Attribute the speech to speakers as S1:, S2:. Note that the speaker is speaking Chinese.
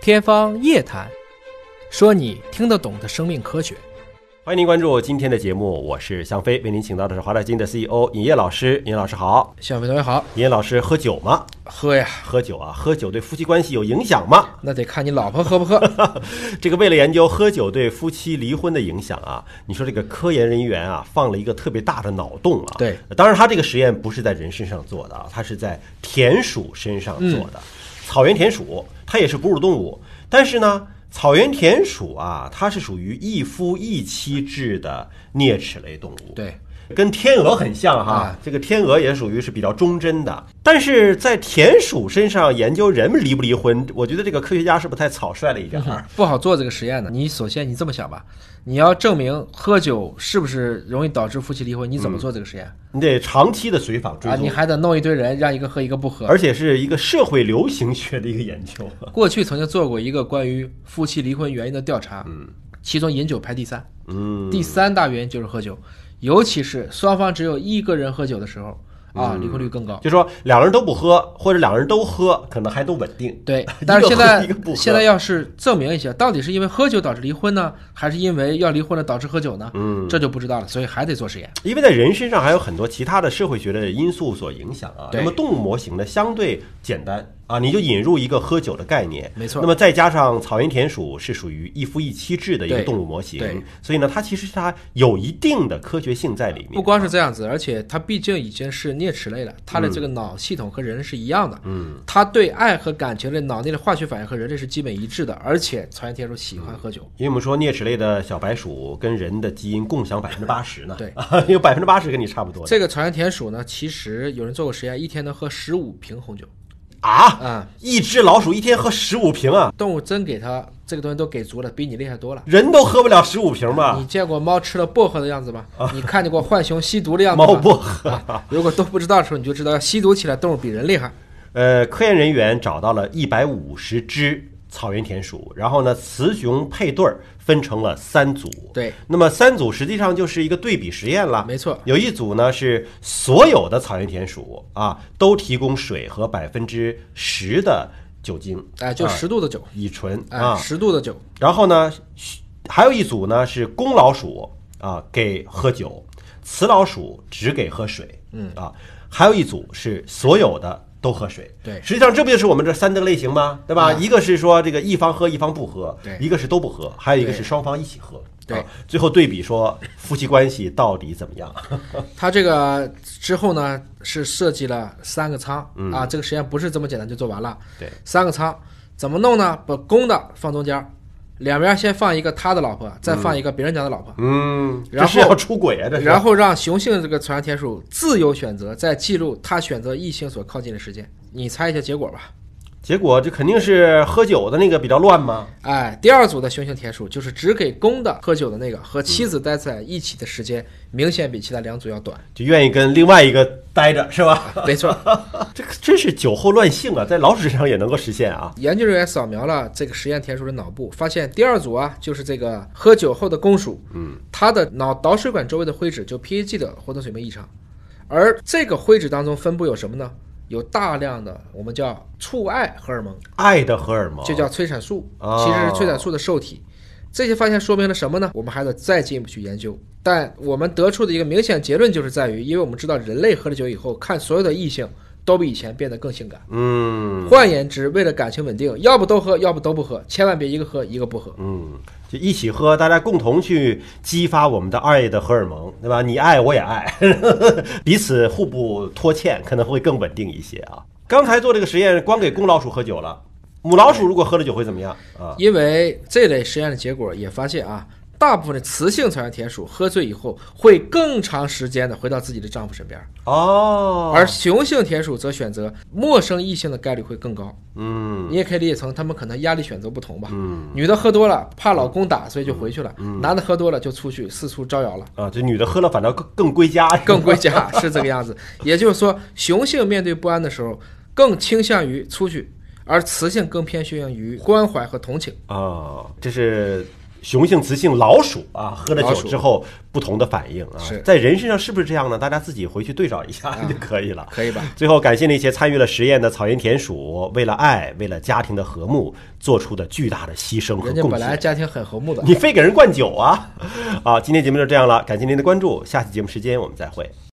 S1: 天方夜谭，说你听得懂的生命科学。
S2: 欢迎您关注今天的节目，我是向飞，为您请到的是华大基因的 CEO 尹烨老师。尹烨老师好，
S1: 小飞同学好，
S2: 尹烨老师喝酒吗？
S1: 喝呀，
S2: 喝酒啊，喝酒对夫妻关系有影响吗？
S1: 那得看你老婆喝不 喝。
S2: 这个为了研究喝酒对夫妻离婚的影响啊，你说这个科研人员啊放了一个特别大的脑洞啊。
S1: 对，
S2: 当然他这个实验不是在人身上做的啊，他是在田鼠身上做的。草原田鼠它也是哺乳动物，但是呢，草原田鼠啊，它是属于一夫一妻制的啮齿类动物。
S1: 对，
S2: 跟天鹅很像哈，
S1: 啊
S2: 这个天鹅也属于是比较忠贞的，但是在田鼠身上研究人们离不离婚，我觉得这个科学家是不是太草率了一点儿？
S1: 不好做这个实验呢。你首先你这么想吧，你要证明喝酒是不是容易导致夫妻离婚，你怎么做这个实验、
S2: 你得长期的随访追
S1: 啊？
S2: 踪，
S1: 你还得弄一堆人，让一个喝一个不喝。
S2: 而且是一个社会流行学的一个研究。
S1: 过去曾经做过一个关于夫妻离婚原因的调查，嗯，其中饮酒排第三，
S2: 嗯，
S1: 第三大原因就是喝酒，尤其是双方只有一个人喝酒的时候啊，离婚率更高。
S2: 就说两个人都不喝，或者两个人都喝，可能还都稳定。
S1: 对
S2: 一，
S1: 但是
S2: 个
S1: 现
S2: 喝
S1: 在
S2: 一个不喝
S1: 现在要是证明一下，到底是因为喝酒导致离婚呢，还是因为要离婚了导致喝酒呢？嗯，这就不知道了，所以还得做实验。
S2: 因为在人身上还有很多其他的社会学的因素所影响啊。
S1: 对
S2: 那么动物模型呢，相对简单啊，你就引入一个喝酒的概念，
S1: 没错
S2: 那么再加上草原田鼠是属于一夫一妻制的一个
S1: 对
S2: 动物模型
S1: 对，
S2: 所以呢，它其实它有一定的科学性在里面。
S1: 不光是这样子，而且它毕竟已经是啮齿类了，它
S2: 嗯
S1: 的这个脑系统和人是一样的。嗯，它对爱和感情的脑内的化学反应和人类是基本一致的，而且草原田鼠喜欢喝酒。
S2: 因为我们说啮齿类的小白鼠跟人的基因共享百分之八十呢，
S1: 对，
S2: 有百分之八十跟你差不多的
S1: 这个草原田鼠呢，其实有人做过实验，一天能喝十五瓶红酒。
S2: 啊。
S1: 啊、
S2: 一只老鼠一天喝十五瓶啊，
S1: 动物真给它这个东西都给足了，比你厉害多了。
S2: 人都喝不了十五瓶吧？
S1: 你见过猫吃了薄荷的样子吗？你看见过浣熊吸毒的样子
S2: 啊猫
S1: 吗？
S2: 不喝。
S1: 啊， 如果都不知道的时候，你就知道吸毒起来动物比人厉害。
S2: 呃，科研人员找到了一百五十只草原田鼠，然后呢，雌雄配对儿分成了三组。
S1: 对，
S2: 那么三组实际上就是一个对比实验了。
S1: 没错，
S2: 有一组呢是所有的草原田鼠啊都提供水和百分之十的酒精，
S1: 哎、就十度的酒，
S2: 乙醇
S1: 哎、
S2: 啊。
S1: 十度的酒，
S2: 然后呢，嘘还有一组呢是公老鼠啊给喝酒，雌老鼠只给喝水，嗯啊，还有一组是所有的都喝水。
S1: 对
S2: 实际上这不就是我们这三个类型吗？对吧？
S1: 啊
S2: 一个是说这个一方喝一方不喝，
S1: 对
S2: 一个是都不喝，还有一个是双方一起喝。
S1: 对
S2: 啊，最后对比说夫妻关系到底怎么样？
S1: 嗯它这个之后呢是设计了三个仓、啊，这个实验不是这么简单就做完了。
S2: 嗯对，
S1: 三个仓怎么弄呢？把公的放中间儿，两边先放一个他的老婆，再放一个别人家的老婆，
S2: 嗯，这
S1: 然
S2: 是
S1: 后
S2: 要出轨啊，这是。
S1: 然后让雄性的这个草原田鼠自由选择，再记录它选择异性所靠近的时间。你猜一下结果吧。
S2: 结果这肯定是喝酒的那个比较乱嘛。
S1: 哎，第二组的雄性田鼠就是只给公的喝酒的那个，和妻子待在一起的时间明显比其他两组要短。啊
S2: 就愿意跟另外一个待着是吧？
S1: 没错，
S2: 这个真是酒后乱性啊，在老鼠身上也能够实现啊。
S1: 研究人员扫描了这个实验田鼠的脑部，发现第二组啊，就是这个喝酒后的公鼠，嗯，它的脑导水管周围的灰质就 PAG 的活动水平异常，而这个灰质当中分布有什么呢？有大量的我们叫促爱荷尔蒙，
S2: 爱的荷尔蒙
S1: 就叫催产素，
S2: 哦
S1: 其实是催产素的受体。这些发现说明了什么呢？我们还得再进一步去研究。但我们得出的一个明显结论就是在于，因为我们知道人类喝了酒以后，看所有的异性都比以前变得更性感。
S2: 嗯
S1: 换言之，为了感情稳定，要不都喝，要不都不喝，千万别一个喝一个不喝。
S2: 嗯，就一起喝，大家共同去激发我们的爱的荷尔蒙，对吧？你爱我也爱， 彼此互不拖欠，可能会更稳定一些啊。刚才做这个实验，光给公老鼠喝酒了，母老鼠如果喝了酒会怎么样啊？
S1: 因为这类实验的结果也发现啊，大部分的雌性草原田鼠喝醉以后会更长时间的回到自己的丈夫身边，
S2: 哦，
S1: 而雄性田鼠则选择陌生异性的概率会更高。
S2: 嗯，
S1: 你也可以理解成他们可能压力选择不同吧。女的喝多了怕老公打，所以就回去了；男的喝多了就出去四处招摇了。
S2: 啊，这女的喝了反倒更更归家，
S1: 更归家 是这个样子，也就是说，雄性面对不安的时候，更倾向于出去，而雌性更偏向于关怀和同情。
S2: 啊，这是雄性、雌性老鼠啊，喝了酒之后不同的反应啊
S1: 是，
S2: 在人身上是不是这样呢？大家自己回去对照一下
S1: 啊
S2: 就可以了。
S1: 可以吧？
S2: 最后，感谢那些参与了实验的草原田鼠，为了爱，为了家庭的和睦，做出的巨大的牺牲和
S1: 人家
S2: 贡
S1: 本来
S2: 献。
S1: 家庭很和睦的。
S2: 你非给人灌酒啊！啊，今天节目就这样了，感谢您的关注，下期节目时间我们再会。